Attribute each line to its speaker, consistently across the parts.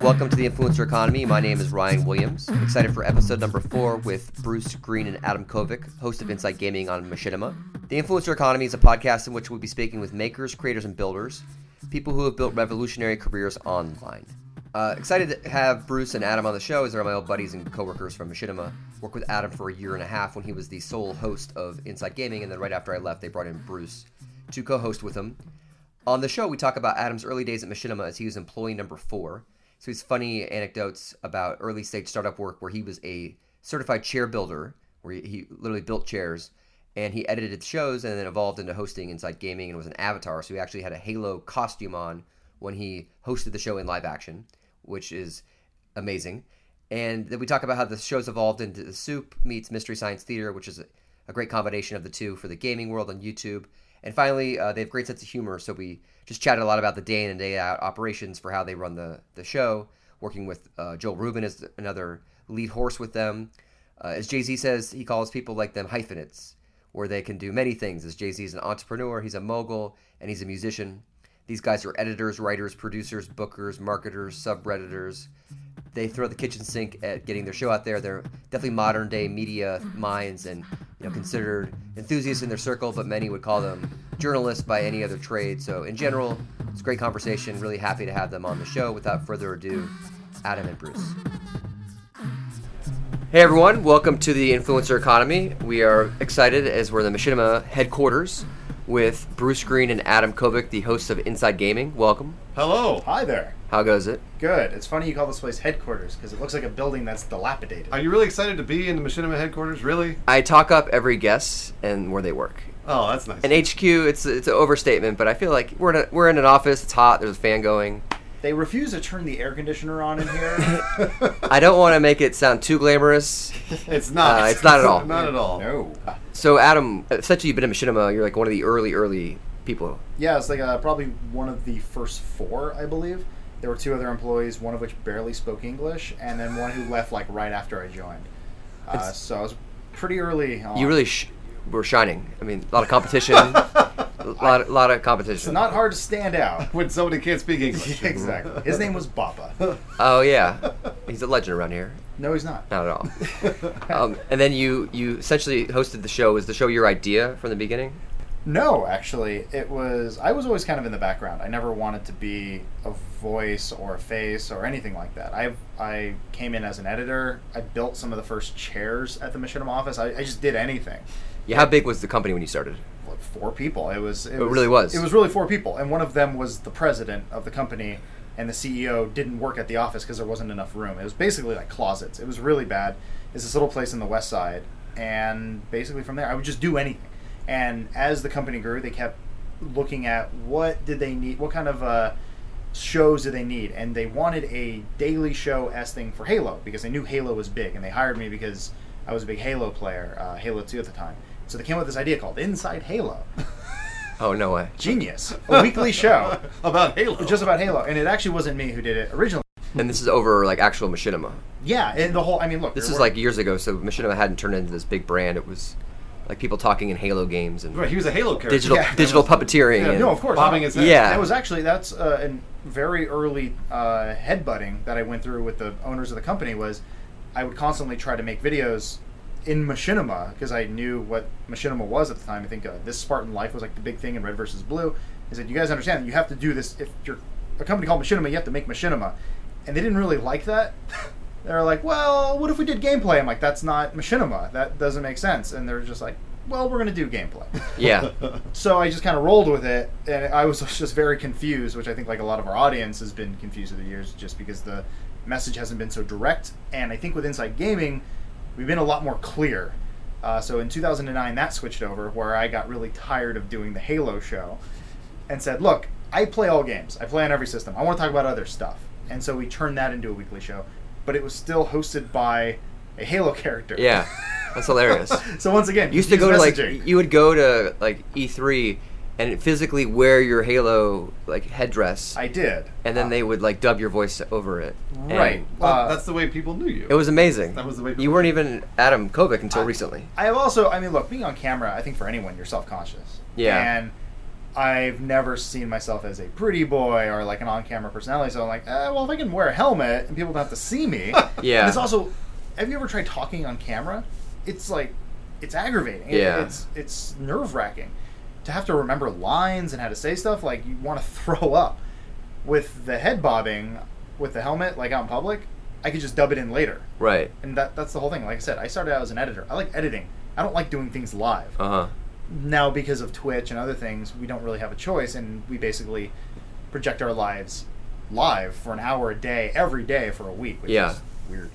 Speaker 1: Welcome to the Influencer Economy. My name is Ryan Williams. Excited for episode number four with Bruce Green and Adam Kovic, host of Inside Gaming on Machinima. The Influencer Economy is a podcast in which we'll be speaking with makers, creators, and builders, people who have built revolutionary careers online. Uh, excited to have Bruce and Adam on the show as they're my old buddies and coworkers from Machinima. Worked with Adam for a year and a half when he was the sole host of Inside Gaming, and then right after I left, they brought in Bruce to co-host with him. On the show, we talk about Adam's early days at Machinima as he was employee number four. So he's funny anecdotes about early stage startup work where he was a certified chair builder, where he, he literally built chairs, and he edited shows and then evolved into hosting inside gaming and was an avatar. So he actually had a Halo costume on when he hosted the show in live action, which is amazing. And then we talk about how the show's evolved into the Soup meets Mystery Science Theater, which is a, a great combination of the two for the gaming world on YouTube. And finally, uh, they have great sense of humor, so we just chatted a lot about the day in and day out operations for how they run the, the show. Working with uh, Joel Rubin is another lead horse with them. Uh, as Jay Z says, he calls people like them hyphenates, where they can do many things. As Jay Z is an entrepreneur, he's a mogul, and he's a musician. These guys are editors, writers, producers, bookers, marketers, subredditors. They throw the kitchen sink at getting their show out there. They're definitely modern day media minds and you know, considered enthusiasts in their circle, but many would call them journalists by any other trade. So, in general, it's a great conversation. Really happy to have them on the show. Without further ado, Adam and Bruce. Hey everyone, welcome to the Influencer Economy. We are excited as we're in the Machinima headquarters with Bruce Green and Adam Kovic, the hosts of Inside Gaming. Welcome.
Speaker 2: Hello.
Speaker 3: Hi there.
Speaker 1: How goes it?
Speaker 3: Good. It's funny you call this place headquarters because it looks like a building that's dilapidated.
Speaker 2: Are you really excited to be in the Machinima headquarters? Really?
Speaker 1: I talk up every guest and where they work.
Speaker 2: Oh, that's nice.
Speaker 1: And HQ, it's it's an overstatement, but I feel like we're in a, we're in an office. It's hot. There's a fan going.
Speaker 3: They refuse to turn the air conditioner on in here.
Speaker 1: I don't want to make it sound too glamorous.
Speaker 2: It's not.
Speaker 1: Uh, it's not at all.
Speaker 2: not at all.
Speaker 3: Oh, no.
Speaker 1: So Adam, essentially, you've been in machinima. You're like one of the early early people.
Speaker 3: Yeah, it's like uh, probably one of the first four, I believe. There were two other employees, one of which barely spoke English, and then one who left like right after I joined. Uh,
Speaker 1: It's-
Speaker 3: so I was pretty early. On.
Speaker 1: You really sh- were shining. I mean, a lot of competition. a lot, lot of
Speaker 3: It's
Speaker 1: competition.
Speaker 3: not hard to stand out.
Speaker 2: When somebody can't speak English. Uh,
Speaker 3: exactly. His name was Bappa.
Speaker 1: oh yeah, he's a legend around here.
Speaker 3: No, he's not.
Speaker 1: Not at all. um, and then you you essentially hosted the show. Was the show your idea from the beginning?
Speaker 3: No, actually, it was. I was always kind of in the background. I never wanted to be a voice or a face or anything like that. I I came in as an editor. I built some of the first chairs at the Machinima office. I, I just did anything.
Speaker 1: Yeah. How big was the company when you started?
Speaker 3: Like, Four people. It was. It,
Speaker 1: really was.
Speaker 3: It was really four people, and one of them was the president of the company, and the CEO didn't work at the office because there wasn't enough room. It was basically like closets. It was really bad. It's this little place in the West Side, and basically from there, I would just do anything. And as the company grew, they kept looking at what did they need, what kind of uh, shows did they need, and they wanted a daily show s thing for Halo because they knew Halo was big, and they hired me because I was a big Halo player, uh, Halo Two at the time. So they came up with this idea called Inside Halo.
Speaker 1: Oh no way.
Speaker 3: Genius, a weekly show
Speaker 2: about Halo.
Speaker 3: just about Halo, and it actually wasn't me who did it originally.
Speaker 1: And this is over like actual machinima.
Speaker 3: Yeah, and the whole. I mean, look,
Speaker 1: This
Speaker 3: there
Speaker 1: is
Speaker 3: were-
Speaker 1: like years ago, so machinima hadn't turned into this big brand. It was like people talking in Halo games and
Speaker 2: Right, he was a Halo character.
Speaker 1: digital
Speaker 3: Yeah.
Speaker 1: digital puppeteering.
Speaker 2: Yeah,
Speaker 1: and,
Speaker 3: no, of course,
Speaker 2: Bobbing his head.
Speaker 1: Yeah.
Speaker 3: That was actually that's uh, a very early uh, headbutting that I went through with the owners of the company was I would constantly try to make videos in Machinima because I knew what Machinima was at the time. I think uh, this Spartan Life was like the big thing in Red versus Blue. Is that you guys understand that you have to do this if you're a company called Machinima, you have to make Machinima, and they didn't really like that. they were like, "Well, what if we did gameplay?" I'm like, "That's not Machinima. That doesn't make sense." And they're just like, "Well, we're gonna do gameplay."
Speaker 1: Yeah.
Speaker 3: so I just kind of rolled with it, and I was just very confused, which I think like a lot of our audience has been confused over the years, just because the message hasn't been so direct. And I think with Inside Gaming, we've been a lot more clear. Uh, so in 2009, that switched over, where I got really tired of doing the Halo show, and said, "Look, I play all games. I play on every system. I want to talk about other stuff." And so we turned that into a weekly show, but it was still hosted by a Halo character.
Speaker 1: yeah. That's hilarious.
Speaker 3: So once again,
Speaker 1: You used to go to
Speaker 3: confuse
Speaker 1: like
Speaker 3: messaging.
Speaker 1: you would go to like E3 and physically wear your Halo like headdress,
Speaker 3: I did.
Speaker 1: and then they would like dub your voice over it. And
Speaker 3: Right.
Speaker 2: Well,
Speaker 3: Uh,
Speaker 2: that's the way people knew you.
Speaker 1: it was amazing.
Speaker 2: That was the way
Speaker 1: you
Speaker 2: people-
Speaker 1: weren't even Adam Kovic until recently.
Speaker 3: I have also, I mean, look, being on camera, I think for anyone, you're self conscious.
Speaker 1: Yeah.
Speaker 3: And I've never seen myself as a pretty boy or like an on-camera personality. So I'm like, eh, well, if I can wear a helmet and people don't have to see me,
Speaker 1: Yeah.
Speaker 3: And it's also, have you ever tried talking on camera? It's like, it's aggravating. It-
Speaker 1: Yeah.
Speaker 3: it's it's nerve wracking to have to remember lines and how to say stuff. Like you want to throw up with the head bobbing with the helmet, like out in public. I could just dub it in later,
Speaker 1: Right.
Speaker 3: and that that's the whole thing. Like I said, I started out as an editor. I like editing. I don't like doing things live
Speaker 1: Uh huh.
Speaker 3: now because of Twitch and other things, we don't really have a choice, and we basically project our lives live for an hour a day, every day for a week. Which
Speaker 1: Yeah.
Speaker 3: is weird.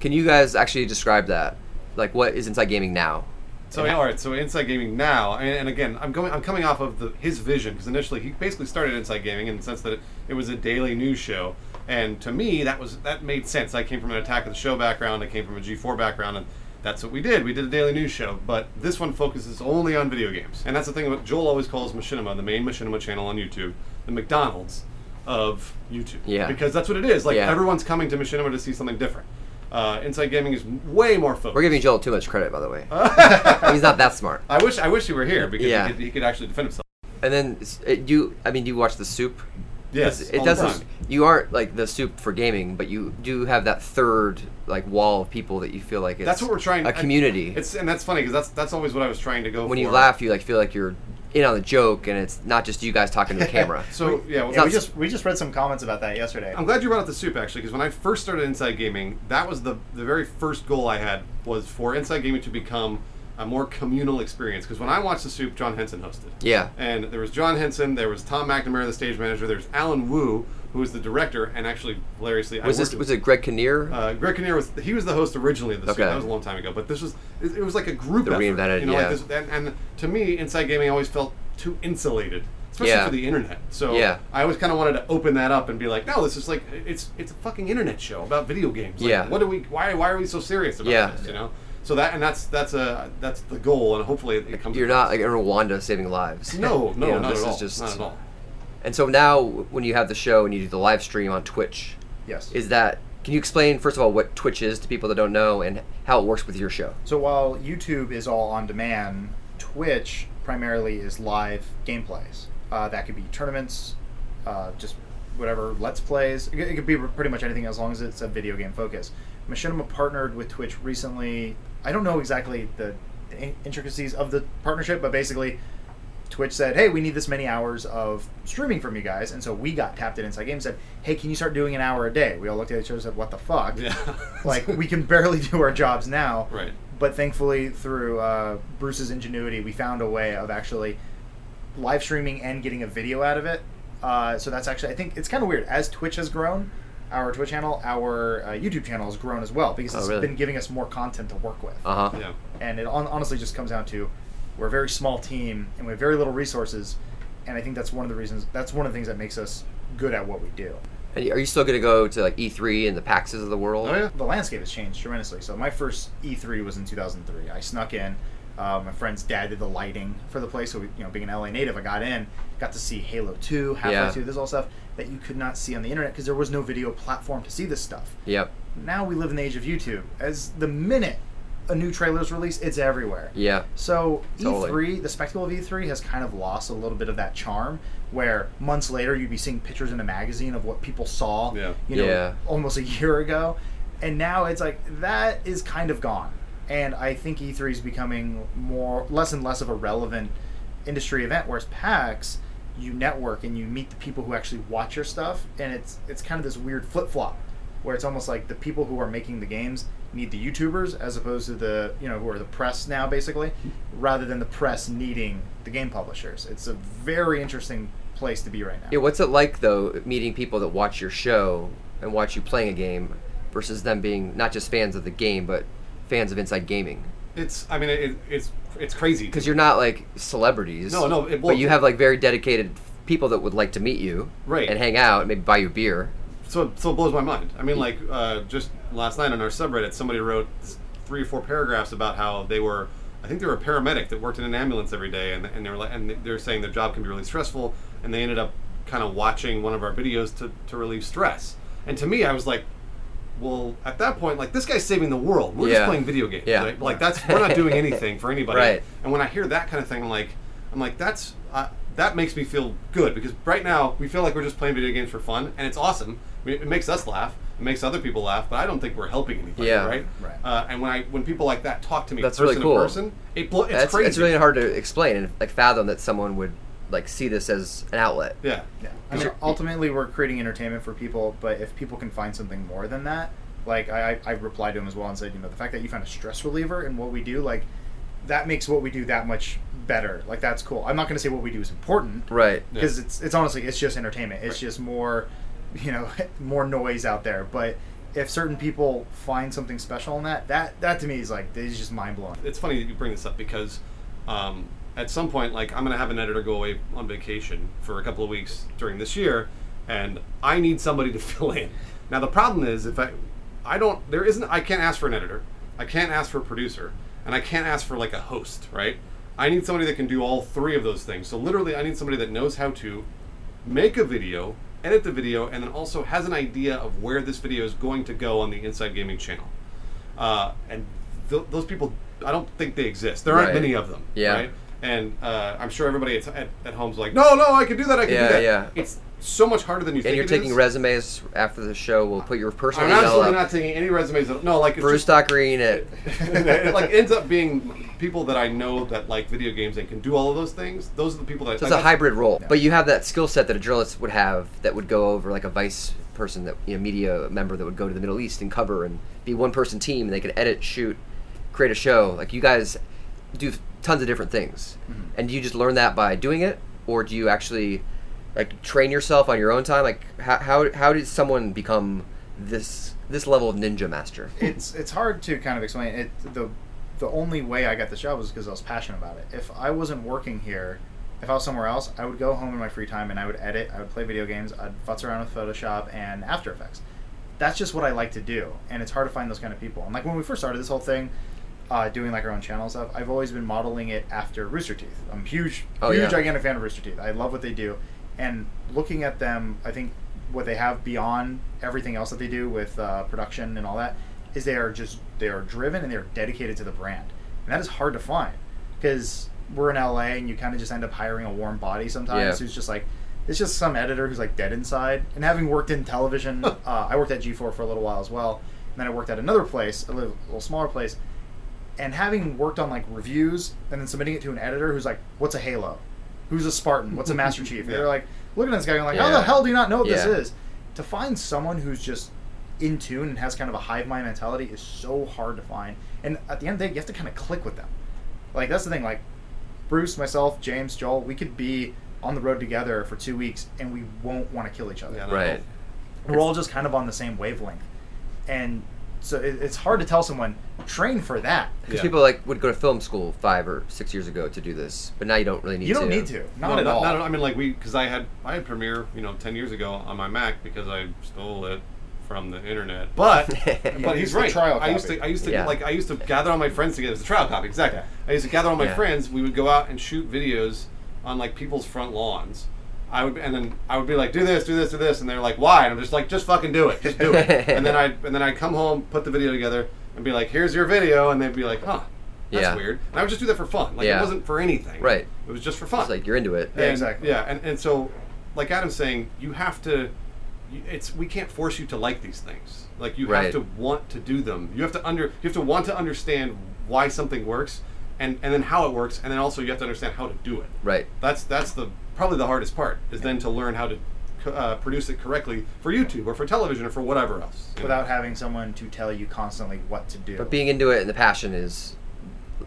Speaker 1: Can you guys actually describe that? Like, what is Inside Gaming now?
Speaker 2: So all right, so Inside Gaming now, and, and again, I'm going, I'm coming off of the, his vision because initially he basically started Inside Gaming in the sense that it, it was a daily news show, and to me that was that made sense. I came from an Attack of the Show background, I came from a G4 background, and that's what we did. We did a daily news show, but this one focuses only on video games, and that's the thing that Joel always calls Machinima, the main Machinima channel on YouTube, the McDonald's of YouTube,
Speaker 1: Yeah.
Speaker 2: because that's what it is. Like
Speaker 1: Yeah.
Speaker 2: everyone's coming to Machinima to see something different. Uh, Inside Gaming is way more focused.
Speaker 1: We're giving Joel too much credit, by the way.
Speaker 2: Uh.
Speaker 1: He's not that smart.
Speaker 2: I wish I wish he were here because
Speaker 1: Yeah.
Speaker 2: he, could, he could actually defend himself.
Speaker 1: And then s- it, you, I mean, do you watch the Soup? 'Cause
Speaker 2: Yes,
Speaker 1: It
Speaker 2: all the
Speaker 1: doesn't.
Speaker 2: time.
Speaker 1: You aren't like the Soup for gaming, but you do have that third like wall of people that you feel like it's
Speaker 2: That's what we're trying.
Speaker 1: A community.
Speaker 2: I, it's and that's funny because that's that's always what I was trying to go.
Speaker 1: when
Speaker 2: for.
Speaker 1: you laugh, you like feel like you're in on the joke, and it's not just you guys talking to the camera.
Speaker 2: So yeah, well,
Speaker 3: Yeah,
Speaker 1: not-
Speaker 3: we just we just read some comments about that yesterday.
Speaker 2: I'm glad you brought up the soup actually because when I first started Inside Gaming, that was the the very first goal I had was for Inside Gaming to become a more communal experience. Because when I watched the soup, John Henson hosted.
Speaker 1: Yeah.
Speaker 2: And there was John Henson, there was Tom McNamara, the stage manager, there's Alan Wu, who was the director, and actually hilariously, I
Speaker 1: Was
Speaker 2: worked
Speaker 1: this
Speaker 2: with-
Speaker 1: was it Greg Kinnear?
Speaker 2: Uh, Greg Kinnear was he was the host originally of the
Speaker 1: Okay.
Speaker 2: show. That was a long time ago, but this was it, it was like a group.
Speaker 1: The
Speaker 2: effort,
Speaker 1: reinvented,
Speaker 2: you know,
Speaker 1: yeah.
Speaker 2: Like this, and, and to me, inside gaming always felt too insulated, especially
Speaker 1: Yeah.
Speaker 2: for the internet. So
Speaker 1: Yeah.
Speaker 2: I always kind of wanted to open that up and be like, no, this is like it's it's a fucking internet show about video games. Like,
Speaker 1: Yeah.
Speaker 2: What do we? Why why are we so serious about
Speaker 1: Yeah.
Speaker 2: this? You know. So that and that's that's a that's the goal, and hopefully it comes.
Speaker 1: you're not like in Rwanda saving lives.
Speaker 2: No, no,
Speaker 1: You know,
Speaker 2: not,
Speaker 1: this is
Speaker 2: at all,
Speaker 1: just-
Speaker 2: not at all.
Speaker 1: And so now, when you have the show and you do the live stream on Twitch,
Speaker 3: yes.
Speaker 1: is that can you explain first of all what Twitch is to people that don't know and how it works with your show?
Speaker 3: so while YouTube is all on demand, Twitch primarily is live gameplays. Uh, that could be tournaments, uh, just whatever let's plays. It, it could be pretty much anything as long as it's a video game focus. Machinima partnered with Twitch recently. I don't know exactly the, the in- intricacies of the partnership, but basically, Twitch said, "Hey, we need this many hours of streaming from you guys," and so we got tapped in inside game. Said, "Hey, can you start doing an hour a day?" We all looked at each other and said, "What the fuck?"
Speaker 2: Yeah.
Speaker 3: like we can barely do our jobs now
Speaker 2: Right.
Speaker 3: but thankfully through uh, bruce's ingenuity we found a way of actually live streaming and getting a video out of it uh, so that's actually i think it's kind of weird as twitch has grown our twitch channel our uh, youtube channel has grown as well because
Speaker 1: Oh,
Speaker 3: it's
Speaker 1: really?
Speaker 3: been giving us more content to work with
Speaker 1: Uh huh.
Speaker 2: Yeah.
Speaker 3: and it on- honestly just comes down to we're a very small team and we have very little resources and i think that's one of the reasons that's one of the things that makes us good at what we do
Speaker 1: And are you still going to go to like E3 and the PAXs of the world?
Speaker 2: Oh yeah.
Speaker 3: the landscape has changed tremendously. So my first E3 was in 2003. I snuck in. Uh, my friend's dad did the lighting for the place. So we, you know, being an LA native, I got in, got to see Halo 2 halfway
Speaker 1: Yeah.
Speaker 3: through. This all stuff that you could not see on the internet because there was no video platform to see this stuff.
Speaker 1: Yep.
Speaker 3: Now we live in the age of YouTube. As the minute a new trailer is released, it's everywhere.
Speaker 1: Yeah.
Speaker 3: So
Speaker 1: Totally.
Speaker 3: E3, the spectacle of E3 has kind of lost a little bit of that charm. Where months later you'd be seeing pictures in a magazine of what people saw,
Speaker 2: Yeah.
Speaker 3: you know,
Speaker 1: Yeah.
Speaker 3: almost a year ago, and now it's like that is kind of gone. And I think E3 is becoming more less and less of a relevant industry event. Whereas PAX, you network and you meet the people who actually watch your stuff, and it's it's kind of this weird flip flop where it's almost like the people who are making the games need the YouTubers as opposed to the you know who are the press now basically, rather than the press needing the game publishers. It's a very interesting place to be right now.
Speaker 1: Yeah. What's it like though meeting people that watch your show and watch you playing a game versus them being not just fans of the game but fans of Inside Gaming?
Speaker 2: It's. I mean, it, it's it's crazy
Speaker 1: Because you're not like celebrities.
Speaker 2: No, no, it- well-
Speaker 1: but you have like very dedicated people that would like to meet you.
Speaker 2: Right.
Speaker 1: And hang out, and maybe buy you a beer.
Speaker 2: so so it blows my mind. I mean, like uh, just last night on our subreddit, somebody wrote three or four paragraphs about how they were. I think they were a paramedic that worked in an ambulance every day, and, and they were like, and they're saying their job can be really stressful, and they ended up kind of watching one of our videos to, to relieve stress. And to me, I was like, well, at that point, like this guy's saving the world. We're
Speaker 1: Yeah.
Speaker 2: just playing video games.
Speaker 1: Yeah.
Speaker 2: Like, like that's we're not doing anything for anybody.
Speaker 1: Right.
Speaker 2: And when I hear that kind of thing, I'm like, I'm like, that's uh, that makes me feel good because right now we feel like we're just playing video games for fun, and it's awesome. I mean, it makes us laugh, it makes other people laugh, but I don't think we're helping anybody,
Speaker 1: Yeah.
Speaker 2: right?
Speaker 3: Right.
Speaker 2: Uh, and when I when people like that talk to me
Speaker 1: That's really
Speaker 2: person
Speaker 1: cool.
Speaker 2: to person, it blo- it's
Speaker 1: That's
Speaker 2: crazy.
Speaker 1: it's really hard to explain and like fathom that someone would like see this as an outlet.
Speaker 2: yeah.
Speaker 3: Yeah. I mean, ultimately, we're creating entertainment for people, but if people can find something more than that, like I, I I replied to him as well and said, you know, the fact that you found a stress reliever in what we do, like that makes what we do that much better. Like that's cool. I'm not going to say what we do is important,
Speaker 1: Right.
Speaker 2: Yeah.
Speaker 3: Because it's it's honestly it's just entertainment. It's
Speaker 2: Right.
Speaker 3: just more, you know, more noise out there. But if certain people find something special in that, that that to me is like is just mind blowing.
Speaker 2: it's funny that you bring this up because um, at some point, like I'm gonna have an editor go away on vacation for a couple of weeks during this year, and I need somebody to fill in. Now the problem is if I, I don't, there isn't, I can't ask for an editor, I can't ask for a producer, and I can't ask for like a host, right? I need somebody that can do all three of those things. So literally, I need somebody that knows how to make a video, edit the video, and then also has an idea of where this video is going to go on the Inside Gaming channel. Uh, and th- those people, I don't think they exist. There aren't
Speaker 1: Right.
Speaker 2: many of them.
Speaker 1: Yeah.
Speaker 2: Right? And uh, I'm sure everybody at, at, at home's like, no, no, I can do that. I can
Speaker 1: Yeah,
Speaker 2: do that.
Speaker 1: yeah.
Speaker 2: It's so much harder than you
Speaker 1: And
Speaker 2: think
Speaker 1: you're
Speaker 2: it
Speaker 1: taking
Speaker 2: is.
Speaker 1: resumes after the show. We'll put your personal
Speaker 2: I'm
Speaker 1: email
Speaker 2: absolutely
Speaker 1: up.
Speaker 2: not taking any resumes. At, no, like it's
Speaker 1: Bruce
Speaker 2: just-
Speaker 1: dot Green at
Speaker 2: it like ends up being people that I know that like video games and can do all of those things. Those are the people that.
Speaker 1: So it's
Speaker 2: like,
Speaker 1: a
Speaker 2: that's-
Speaker 1: hybrid role, but you have that skill set that a journalist would have that would go over like a vice person that you know, media member that would go to the Middle East and cover and be one person team. And they could edit, shoot, create a show. Like you guys do tons of different things,
Speaker 3: Mm-hmm.
Speaker 1: and do you just learn that by doing it, or do you actually like train yourself on your own time? Like how how how did someone become this this level of ninja master?
Speaker 3: it's it's hard to kind of explain it. The the only way I got the job was because I was passionate about it. If I wasn't working here, if I was somewhere else, I would go home in my free time and I would edit. I would play video games. I'd futz around with Photoshop and After Effects. That's just what I like to do, and it's hard to find those kind of people. And like when we first started this whole thing, uh, doing like our own channel and stuff, I've always been modeling it after Rooster Teeth. I'm huge,
Speaker 1: Oh,
Speaker 3: huge,
Speaker 1: yeah.
Speaker 3: gigantic fan of Rooster Teeth. I love what they do, and looking at them, I think what they have beyond everything else that they do with uh, production and all that is they are just they are driven and they are dedicated to the brand, and that is hard to find because we're in LA and you kind of just end up hiring a warm body sometimes
Speaker 1: Yeah.
Speaker 3: who's just like. It's just some editor who's like dead inside. And having worked in television, uh, I worked at G4 for a little while as well. And then I worked at another place, a little, little smaller place and having worked on like reviews and then submitting it to an editor who's like, "What's a Halo? Who's a Spartan? What's a Master Chief?"
Speaker 2: Yeah.
Speaker 3: They're like looking at this guy, and like, "How
Speaker 1: Yeah.
Speaker 3: the hell do you not know what this
Speaker 1: Yeah.
Speaker 3: is?" To find someone who's just in tune and has kind of a hive mind mentality is so hard to find. And at the end of the day, you have to kind of click with them. Like that's the thing. Like Bruce, myself, James, Joel, we could be on the road together for two weeks and we won't want to kill each other
Speaker 2: Yeah, no.
Speaker 1: Right.
Speaker 3: we're all just kind of on the same wavelength and so it, it's hard to tell someone train for that
Speaker 1: Because
Speaker 2: Yeah.
Speaker 1: people like would go to film school five or six years ago to do this, but now you don't really need
Speaker 3: you don't
Speaker 1: to.
Speaker 3: need to not
Speaker 2: No,
Speaker 3: at all
Speaker 2: Not, I mean, like we, because I had I had Premiere, you know, ten years ago on my Mac because I stole it from the internet. But but
Speaker 3: used
Speaker 2: he's
Speaker 3: the
Speaker 2: right.
Speaker 3: trial
Speaker 2: I used
Speaker 3: copy.
Speaker 2: to I used to
Speaker 1: Yeah.
Speaker 2: like I used to gather all my friends together. It was a trial copy, exactly.
Speaker 3: Yeah.
Speaker 2: I used to gather all my
Speaker 1: Yeah.
Speaker 2: friends. We would go out and shoot videos on like people's front lawns. I would and then I would be like, do this, do this, do this, and they're like, why? And I'm just like, just fucking do it, just do it. and then I and then I would come home, put the video together, and be like, here's your video, and they'd be like, huh. That's
Speaker 1: Yeah.
Speaker 2: weird. And I would just do that for fun. Like it
Speaker 1: Yeah.
Speaker 2: wasn't for anything.
Speaker 1: Right.
Speaker 2: It was just for fun.
Speaker 1: It's like you're into it.
Speaker 3: Yeah,
Speaker 2: And-
Speaker 3: exactly.
Speaker 2: Yeah, and, and so, like Adam's saying, you have to. you- It's we can't force you to like these things. Like you
Speaker 1: Right.
Speaker 2: have to want to do them. You have to under. You have to want to understand why something works, and and then how it works, and then also you have to understand how to do it.
Speaker 1: Right.
Speaker 2: That's that's the probably the hardest part is then to learn how to co- uh, produce it correctly for YouTube or for television or for whatever else. you know?
Speaker 3: without having someone to tell you constantly what to do
Speaker 1: But being into it and the passion is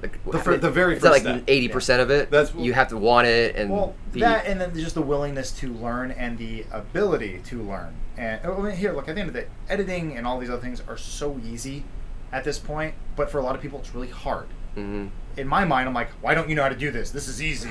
Speaker 1: like
Speaker 2: The fir- the very
Speaker 1: it's not
Speaker 2: first
Speaker 1: like
Speaker 2: step.
Speaker 1: eighty percent of it.
Speaker 2: That's-
Speaker 1: you have to want it and
Speaker 3: well
Speaker 1: be,
Speaker 3: that and then just the willingness to learn and the ability to learn and oh, I mean, here look at the end of the day editing and all these other things are so easy at this point but for a lot of people it's really hard
Speaker 1: Mhm.
Speaker 3: in my mind, I'm like, why don't you know how to do this? This is easy.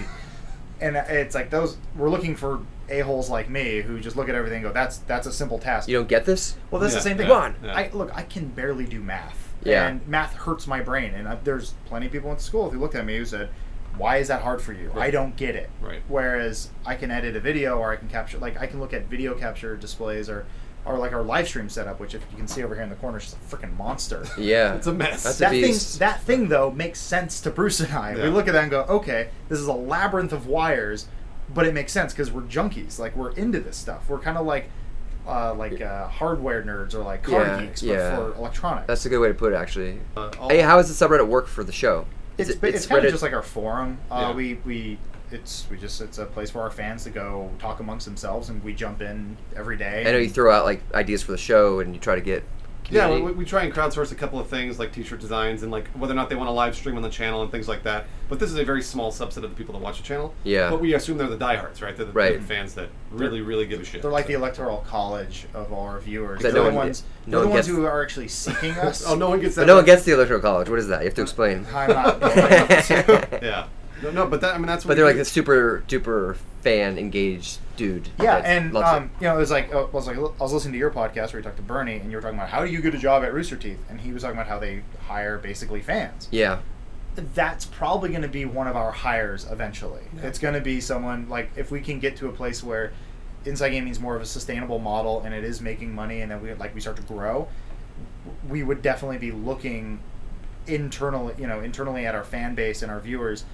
Speaker 3: And it's like those we're looking for a holes like me who just look at everything and go, that's that's a simple task.
Speaker 1: you don't get this.
Speaker 3: well, that's
Speaker 2: Yeah,
Speaker 3: the same thing.
Speaker 2: yeah, Come on. yeah.
Speaker 3: I look, I can barely do math.
Speaker 1: Yeah.
Speaker 3: and math hurts my brain. And I, there's plenty of people in school who looked at me who said, "Why is that hard for you? I
Speaker 2: Right.
Speaker 3: don't get it."
Speaker 2: Right.
Speaker 3: Whereas I can edit a video or I can capture, like I can look at video capture displays or, or like our live stream setup, which if you can see over here in the corner, is just a freaking monster
Speaker 1: Yeah,
Speaker 2: It's a mess.
Speaker 1: That's
Speaker 3: that
Speaker 1: a
Speaker 3: thing,
Speaker 1: beast.
Speaker 3: that thing though makes sense to Bruce and I.
Speaker 2: Yeah.
Speaker 3: We look at that and go, okay, this is a labyrinth of wires. but it makes sense because we're junkies. Like we're into this stuff. We're kind of like uh, like uh, hardware nerds or like car
Speaker 1: Yeah,
Speaker 3: geeks, but
Speaker 1: yeah.
Speaker 3: for electronics.
Speaker 1: That's a good way to put it, actually.
Speaker 2: Uh, all-
Speaker 1: Hey, how does the subreddit work for the show? Is
Speaker 3: it's
Speaker 1: it-
Speaker 3: ba- it's, kind
Speaker 1: Reddit-
Speaker 3: of just like our forum. Uh,
Speaker 2: Yeah.
Speaker 3: We we it's we just it's a place for our fans to go talk amongst themselves, and we jump in every day.
Speaker 1: I know you throw out like ideas for the show and you try to get.
Speaker 2: Yeah,
Speaker 1: Community.
Speaker 2: we, we try and crowdsource a couple of things like T-shirt designs and like whether or not they want to live stream on the channel and things like that. But this is a very small subset of the people that watch the channel.
Speaker 1: Yeah.
Speaker 2: But we assume they're the diehards, right? They're the,
Speaker 1: Right.
Speaker 2: the fans that really, really give a shit.
Speaker 3: They're like the electoral college of all our viewers.
Speaker 1: That
Speaker 3: They're
Speaker 1: no
Speaker 3: the
Speaker 1: one-
Speaker 3: ones,
Speaker 1: no
Speaker 3: they're the
Speaker 1: one
Speaker 3: ones
Speaker 1: gets-
Speaker 3: who are actually seeking us.
Speaker 2: oh, no one gets that.
Speaker 1: But no one gets the electoral college. What is that? You have to explain.
Speaker 3: I'm not-
Speaker 2: Yeah. No, no, but that I mean that's.
Speaker 1: but
Speaker 2: what
Speaker 1: they're
Speaker 2: we
Speaker 1: like
Speaker 2: do.
Speaker 1: the super duper fan engaged dude.
Speaker 3: Yeah,
Speaker 1: that
Speaker 3: and
Speaker 1: loves it.
Speaker 3: um, you know, it was like I was like I was listening to your podcast where you talked to Bernie, and you were talking about how do you get a job at Rooster Teeth, and he was talking about how they hire basically fans.
Speaker 1: yeah,
Speaker 3: That's probably going to be one of our hires eventually. It's going to be someone like if we can get to a place where inside gaming is more of a sustainable model and it is making money, and then we like we start to grow, we would definitely be looking internally, you know, internally at our fan base and our viewers.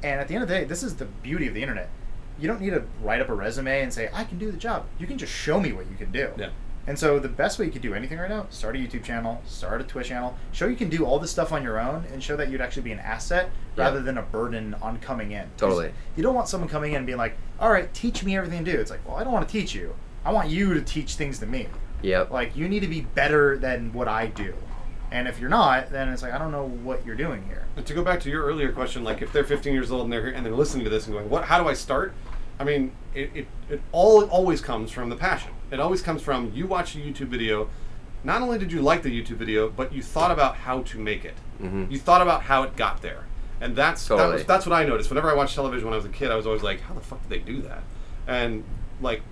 Speaker 3: And at the end of the day, this is the beauty of the internet. You don't need to write up a resume and say I can do the job. You can just show me what you can do.
Speaker 2: Yeah.
Speaker 3: And so the best way you could do anything right now: start a YouTube channel, start a Twitch channel, show you can do all this stuff on your own, and show that you'd actually be an asset
Speaker 1: Yeah.
Speaker 3: rather than a burden on coming in. 'Cause
Speaker 1: Totally.
Speaker 3: You don't want someone coming in and being like, "All right, teach me everything to do." It's like, well, I don't want to teach you. I want you to teach things to me.
Speaker 1: yep.
Speaker 3: Like you need to be better than what I do. And if you're not, then it's like I don't know what you're doing here.
Speaker 2: But to go back to your earlier question, like if they're 15 years old and they're and they're listening to this and going, "What? How do I start?" I mean, it, it, it all always comes from the passion. It always comes from you watch a YouTube video. Not only did you like the YouTube video, but you thought about how to make it. You thought about how it got there, and that's that
Speaker 1: Totally.
Speaker 2: was, that's what I noticed. Whenever I watched television when I was a kid, I was always like, "How the fuck did they do that?" And like,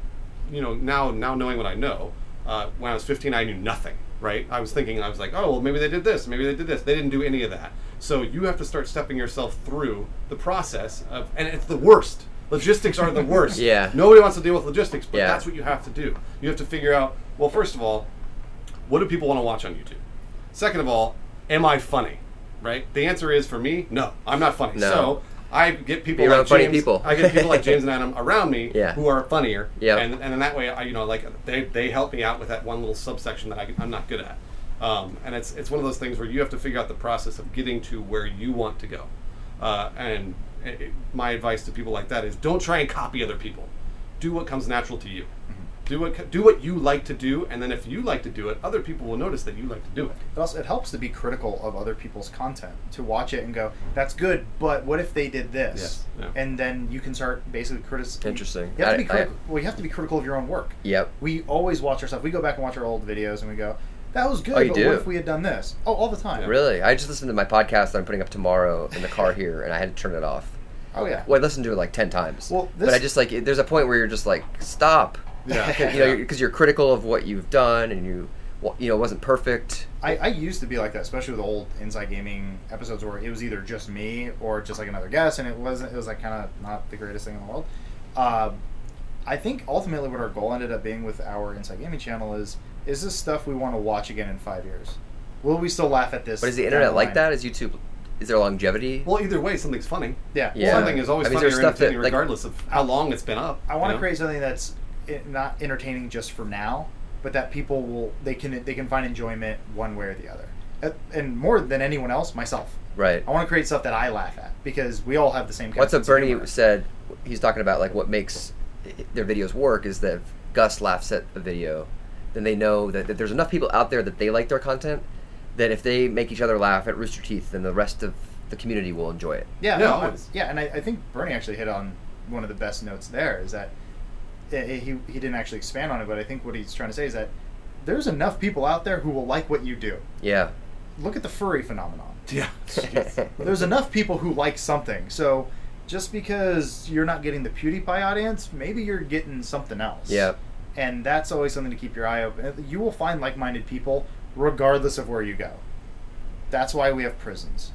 Speaker 2: you know, now now knowing what I know, uh, when I was 15, I knew nothing. Right? I was thinking, I was like, "Oh, well, maybe they did this. Maybe they did this. They didn't do any of that." So you have to start stepping yourself through the process of, and it's the worst. Logistics are the worst.
Speaker 1: Yeah.
Speaker 2: Nobody wants to deal with logistics, but
Speaker 1: Yeah.
Speaker 2: that's what you have to do. You have to figure out. Well, first of all, what do people want to watch on YouTube? Second of all, am I funny? Right? The answer is for me, no, I'm not funny.
Speaker 1: No.
Speaker 2: So I get people
Speaker 1: Be around
Speaker 2: like
Speaker 1: funny
Speaker 2: James,
Speaker 1: people.
Speaker 2: I get people like James and Adam around me
Speaker 1: Yeah.
Speaker 2: who are funnier.
Speaker 1: Yep.
Speaker 2: And, and then that way, I, you know, like they, they help me out with that one little subsection that I, can- I'm not good at. Um, and it's, it's one of those things where you have to figure out the process of getting to where you want to go. Uh, and it, it- my advice to people like that is don't try and copy other people. Do what comes natural to you.
Speaker 3: Mm-hmm.
Speaker 2: Do what do what you like to do, and then if you like to do it, other people will notice that you like to do it.
Speaker 3: It also it helps to be critical of other people's content to watch it and go, "That's good, but what if they did this?"
Speaker 2: Yes. Yeah.
Speaker 3: And then you can start basically criticizing.
Speaker 1: Interesting.
Speaker 3: You have to
Speaker 1: I-
Speaker 3: be
Speaker 1: I-
Speaker 3: critical. well, you have to be critical of your own work.
Speaker 1: Yep.
Speaker 3: We always watch ourselves. We go back and watch our old videos and we go, "That was good,
Speaker 1: Oh, you
Speaker 3: but
Speaker 1: do?
Speaker 3: what if we had done this?" Oh, all the time.
Speaker 1: Really? I just listened to my podcast that I'm putting up tomorrow in the car here, and I had to turn it off.
Speaker 3: Oh yeah.
Speaker 1: Well, I listened to it like ten times.
Speaker 3: Well,
Speaker 1: but
Speaker 3: this-
Speaker 1: I just like it, there's a point where you're just like stop.
Speaker 2: Yeah.
Speaker 1: you know, because you're critical of what you've done, and you wa- you know it wasn't perfect.
Speaker 3: I, I used to be like that, especially with old Inside Gaming episodes where it was either just me or just like another guest, and it wasn't. It was like kind of not the greatest thing in the world. Um, I think ultimately what our goal ended up being with our Inside Gaming channel is: is this stuff we want to watch again in five years? Will we still laugh at this?
Speaker 1: But is the
Speaker 3: down
Speaker 1: internet like
Speaker 3: line?
Speaker 1: that? Is YouTube? Is there longevity?
Speaker 2: Well, either way, something's funny.
Speaker 3: Yeah.
Speaker 1: Yeah.
Speaker 2: Something is always
Speaker 1: I mean,
Speaker 2: funny
Speaker 1: there's
Speaker 2: or
Speaker 1: stuff that,
Speaker 2: entertaining,
Speaker 1: like-
Speaker 2: regardless of how long it's been up.
Speaker 3: I
Speaker 2: you
Speaker 3: want to
Speaker 2: know?
Speaker 3: create something that's i- not entertaining just for now, but that people will they can they can find enjoyment one way or the other, Uh, and more than anyone else, myself.
Speaker 1: right.
Speaker 3: I want to create stuff that I laugh at because we all have the same. Kind
Speaker 1: What's
Speaker 3: of
Speaker 1: up?
Speaker 3: sense of
Speaker 1: Bernie
Speaker 3: humor.
Speaker 1: said he's talking about like what makes i- their videos work is that if Gus laughs at a video, then they know that, that there's enough people out there that they like their content. That if they make each other laugh at Rooster Teeth, then the rest of the community will enjoy it.
Speaker 3: Yeah,
Speaker 2: Yeah,
Speaker 3: no,
Speaker 2: always.
Speaker 3: yeah, and I, I think Bernie actually hit on one of the best notes there is that eh, eh, he he didn't actually expand on it, but I think what he's trying to say is that there's enough people out there who will like what you do.
Speaker 1: Yeah.
Speaker 3: Look at the furry phenomenon.
Speaker 2: Yeah. Jeez.
Speaker 3: There's enough people who like something, so just because you're not getting the PewDiePie audience, maybe you're getting something else.
Speaker 1: Yeah.
Speaker 3: and that's always something to keep your eye open. You will find like-minded people regardless of where you go. That's why we have prisons.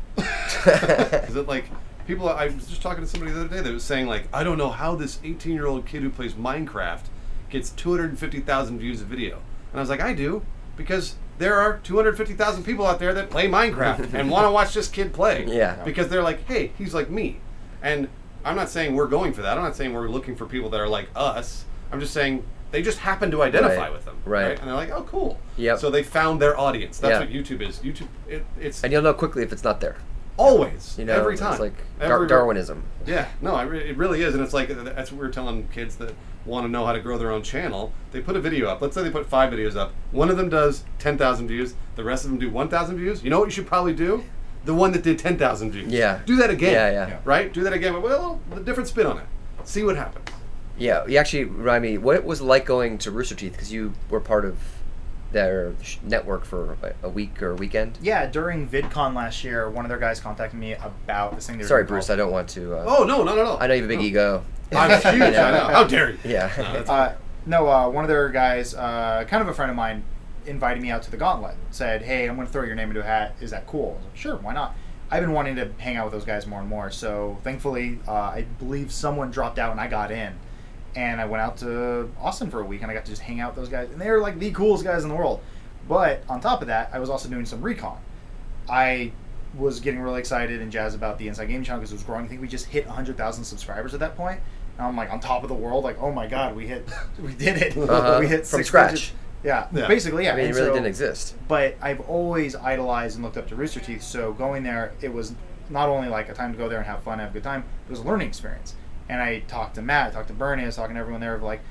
Speaker 2: Is it like people? I was just talking to somebody the other day that was saying like, I don't know how this 18 year old kid who plays Minecraft gets 250,000 views a video, and I was like, I do because there are 250,000 people out there that play Minecraft and want to watch this kid play.
Speaker 1: Yeah.
Speaker 2: Because they're like, hey, he's like me, and I'm not saying we're going for that. I'm not saying we're looking for people that are like us. I'm just saying they just happen to identify
Speaker 1: Right.
Speaker 2: with them,
Speaker 1: Right.
Speaker 2: And they're like, oh, cool.
Speaker 1: Yep.
Speaker 2: So they found their audience. That's
Speaker 1: Yeah.
Speaker 2: what YouTube is. YouTube, it, it's
Speaker 1: and you'll know quickly if it's not there.
Speaker 2: always
Speaker 1: You know,
Speaker 2: every time.
Speaker 1: it's like Dar-
Speaker 2: Every-
Speaker 1: Darwinism.
Speaker 2: Yeah, no, I re- it really is, and it's like that's what we're telling kids that want to know how to grow their own channel. They put a video up. Let's say they put five videos up. One of them does ten thousand views. The rest of them do one thousand views. You know what you should probably do? The one that did ten thousand views.
Speaker 1: Yeah.
Speaker 2: Do that again.
Speaker 1: Yeah, yeah. Yeah.
Speaker 2: Right. Do that again. but, Well, the different spin on it. See what happens.
Speaker 1: Yeah, you actually remind me what it was like going to Rooster Teeth because you were part of their sh- network for a, a week or a weekend.
Speaker 3: Yeah, during VidCon last year, one of their guys contacted me about this thing. They were
Speaker 1: Sorry,
Speaker 3: doing called-
Speaker 1: Bruce, I don't want to. Uh,
Speaker 2: Oh no, no, no, no.
Speaker 1: I know you have a big
Speaker 2: No.
Speaker 1: ego.
Speaker 2: I'm huge. I
Speaker 1: Yeah.
Speaker 2: know. How dare you?
Speaker 1: Yeah.
Speaker 2: No, that's-
Speaker 3: Uh, no, uh, one of their guys, uh, kind of a friend of mine, invited me out to the gauntlet. Said, "Hey, I'm going to throw your name into a hat. Is that cool?" I was like, sure, why not? I've been wanting to hang out with those guys more and more. So thankfully, uh, I believe someone dropped out and I got in, and I went out to Austin for a week and I got to just hang out with those guys, and they're like the coolest guys in the world. But on top of that, I was also doing some recon. I was getting really excited and jazzed about the Inside Game channel because it was growing. I think we just hit 100,000 subscribers at that point. And I'm like on top of the world, like, oh my god, we hit, we did it,
Speaker 1: Uh-huh.
Speaker 3: we hit
Speaker 1: From
Speaker 3: six
Speaker 1: scratch.
Speaker 3: digits. Yeah,
Speaker 2: Yeah.
Speaker 3: basically, yeah.
Speaker 1: I mean, it
Speaker 3: And
Speaker 1: really
Speaker 3: so-
Speaker 1: didn't exist.
Speaker 3: But I've always idolized and looked up to Rooster Teeth. So going there, it was not only like a time to go there and have fun, have a good time. It was a learning experience. And I talked to Matt, I talked to Bernie, I was talking to everyone there of like,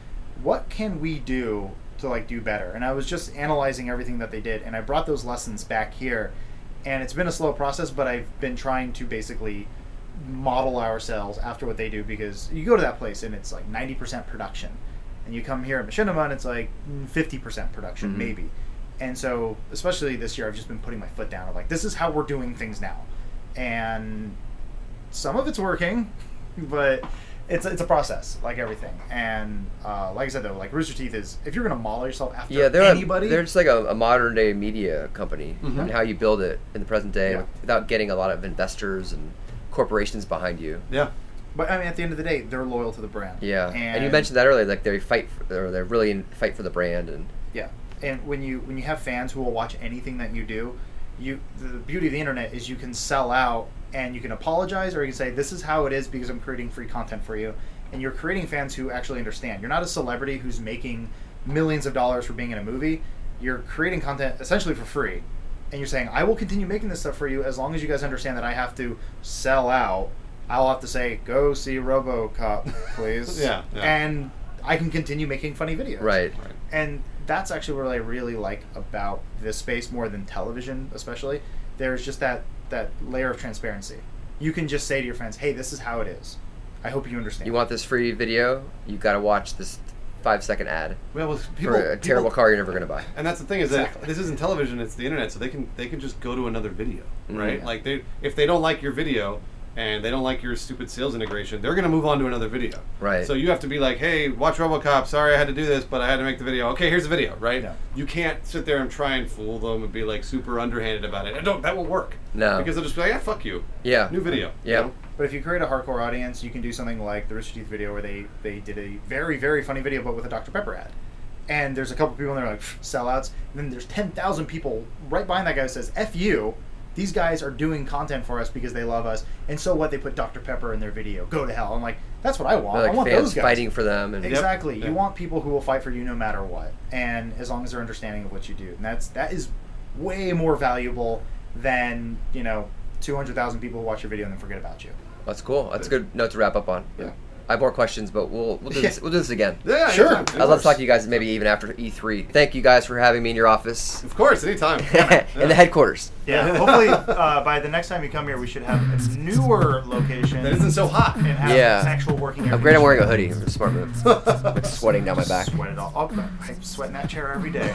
Speaker 3: what can we do to like do better? And I was just analyzing everything that they did, and I brought those lessons back here. And it's been a slow process, but I've been trying to basically model ourselves after what they do because you go to that place and it's like 90% production and you come here at machinima and it's like mm, 50% production
Speaker 1: Mhm.
Speaker 3: maybe and so especially this year i've just been putting my foot down of like this is how we're doing things now and some of it's working but it's, it's a process like everything and uh, like i said though like rooster teeth is if you're gonna model yourself after
Speaker 1: Yeah, they're a-
Speaker 3: anybody
Speaker 1: they're just like a, a modern day media company
Speaker 2: Mhm.
Speaker 1: and how you build it in the present day
Speaker 3: Yeah.
Speaker 1: with- without getting a lot of investors and corporations behind you.
Speaker 2: yeah.
Speaker 3: but i mean at the end of the day they're loyal to the brand
Speaker 1: Yeah, and, you mentioned that earlier, like they fight for, or they really in, fight for the brand and
Speaker 3: Yeah, and when you when you have fans who will watch anything that you do, you the beauty of the internet is you can sell out and you can apologize or you can say this is how it is because I'm creating free content for you, and you're creating fans who actually understand. You're not a celebrity who's making millions of dollars for being in a movie. You're creating content essentially for free, and you're saying I will continue making this stuff for you as long as you guys understand that I have to sell out. I'll have to say go see RoboCop, please.
Speaker 2: Yeah, yeah.
Speaker 3: and I can continue making funny videos
Speaker 1: right.
Speaker 2: Right.
Speaker 3: and that's actually what I really like about this space more than television, especially. There's just that that layer of transparency. You can just say to your friends, "Hey, this is how it is. I hope you understand."
Speaker 1: You want this free video? You got to watch this five second ad
Speaker 2: Well, well, people,
Speaker 1: for a terrible
Speaker 2: people-
Speaker 1: car you're never gonna buy.
Speaker 2: And that's the thing is that
Speaker 3: Exactly.
Speaker 2: this isn't television; it's the internet, so they can they can just go to another video, right?
Speaker 1: Mm-hmm. Yeah.
Speaker 2: Like they if they don't like your video and they don't like your stupid sales integration, they're gonna move on to another video,
Speaker 1: Right.
Speaker 2: So you have to be like, hey, watch RoboCop. Sorry, I had to do this, but I had to make the video. Okay, here's the video, right?
Speaker 3: Yeah.
Speaker 2: You can't sit there and try and fool them and be like super underhanded about it. I don't. That won't work.
Speaker 1: No.
Speaker 2: because they'll just be like, yeah, fuck you.
Speaker 1: Yeah.
Speaker 2: New video. you
Speaker 1: Yeah.
Speaker 2: know?
Speaker 3: But if you create a hardcore audience, you can do something like the Rooster Teeth video where they, they did a very, very funny video, but with a Dr. Pepper ad. And there's a couple people in there like, "Pff, sellouts. And then there's 10,000 people right behind that guy who says, F you. These guys are doing content for us because they love us. And so what? They put Dr. Pepper in their video. Go to hell. I'm like, that's what I want.
Speaker 1: They're
Speaker 3: I
Speaker 1: like
Speaker 3: want
Speaker 1: fans
Speaker 3: those guys.
Speaker 1: fighting for them and
Speaker 3: Exactly.
Speaker 2: Yep.
Speaker 3: You
Speaker 2: Yeah.
Speaker 3: want people who will fight for you no matter what, and as long as they're understanding of what you do, and that's that is way more valuable than you know two hundred thousand people who watch your video and then forget about you.
Speaker 1: that's cool. That's a good note to wrap up on.
Speaker 3: Yeah.
Speaker 1: I have more questions, but we'll we'll do this, we'll do this again.
Speaker 2: Yeah.
Speaker 3: Sure.
Speaker 2: anytime,
Speaker 3: I'd
Speaker 1: I'd love
Speaker 2: anytime.
Speaker 1: to talk to you guys maybe even after E3. Thank you guys for having me in your office
Speaker 2: Of course, anytime. Yeah.
Speaker 1: and the headquarters.
Speaker 3: Yeah. Hopefully, uh, by the next time you come here, we should have a newer location
Speaker 2: That isn't so hot.
Speaker 3: and have
Speaker 1: Yeah.
Speaker 3: actual working. air
Speaker 1: I'm great. I'm wearing a
Speaker 3: conditioning.
Speaker 1: hoodie. It was a smart move. Sweating down my back.
Speaker 3: Oh, Sweat it all. I'll- I'm sweating that chair every day.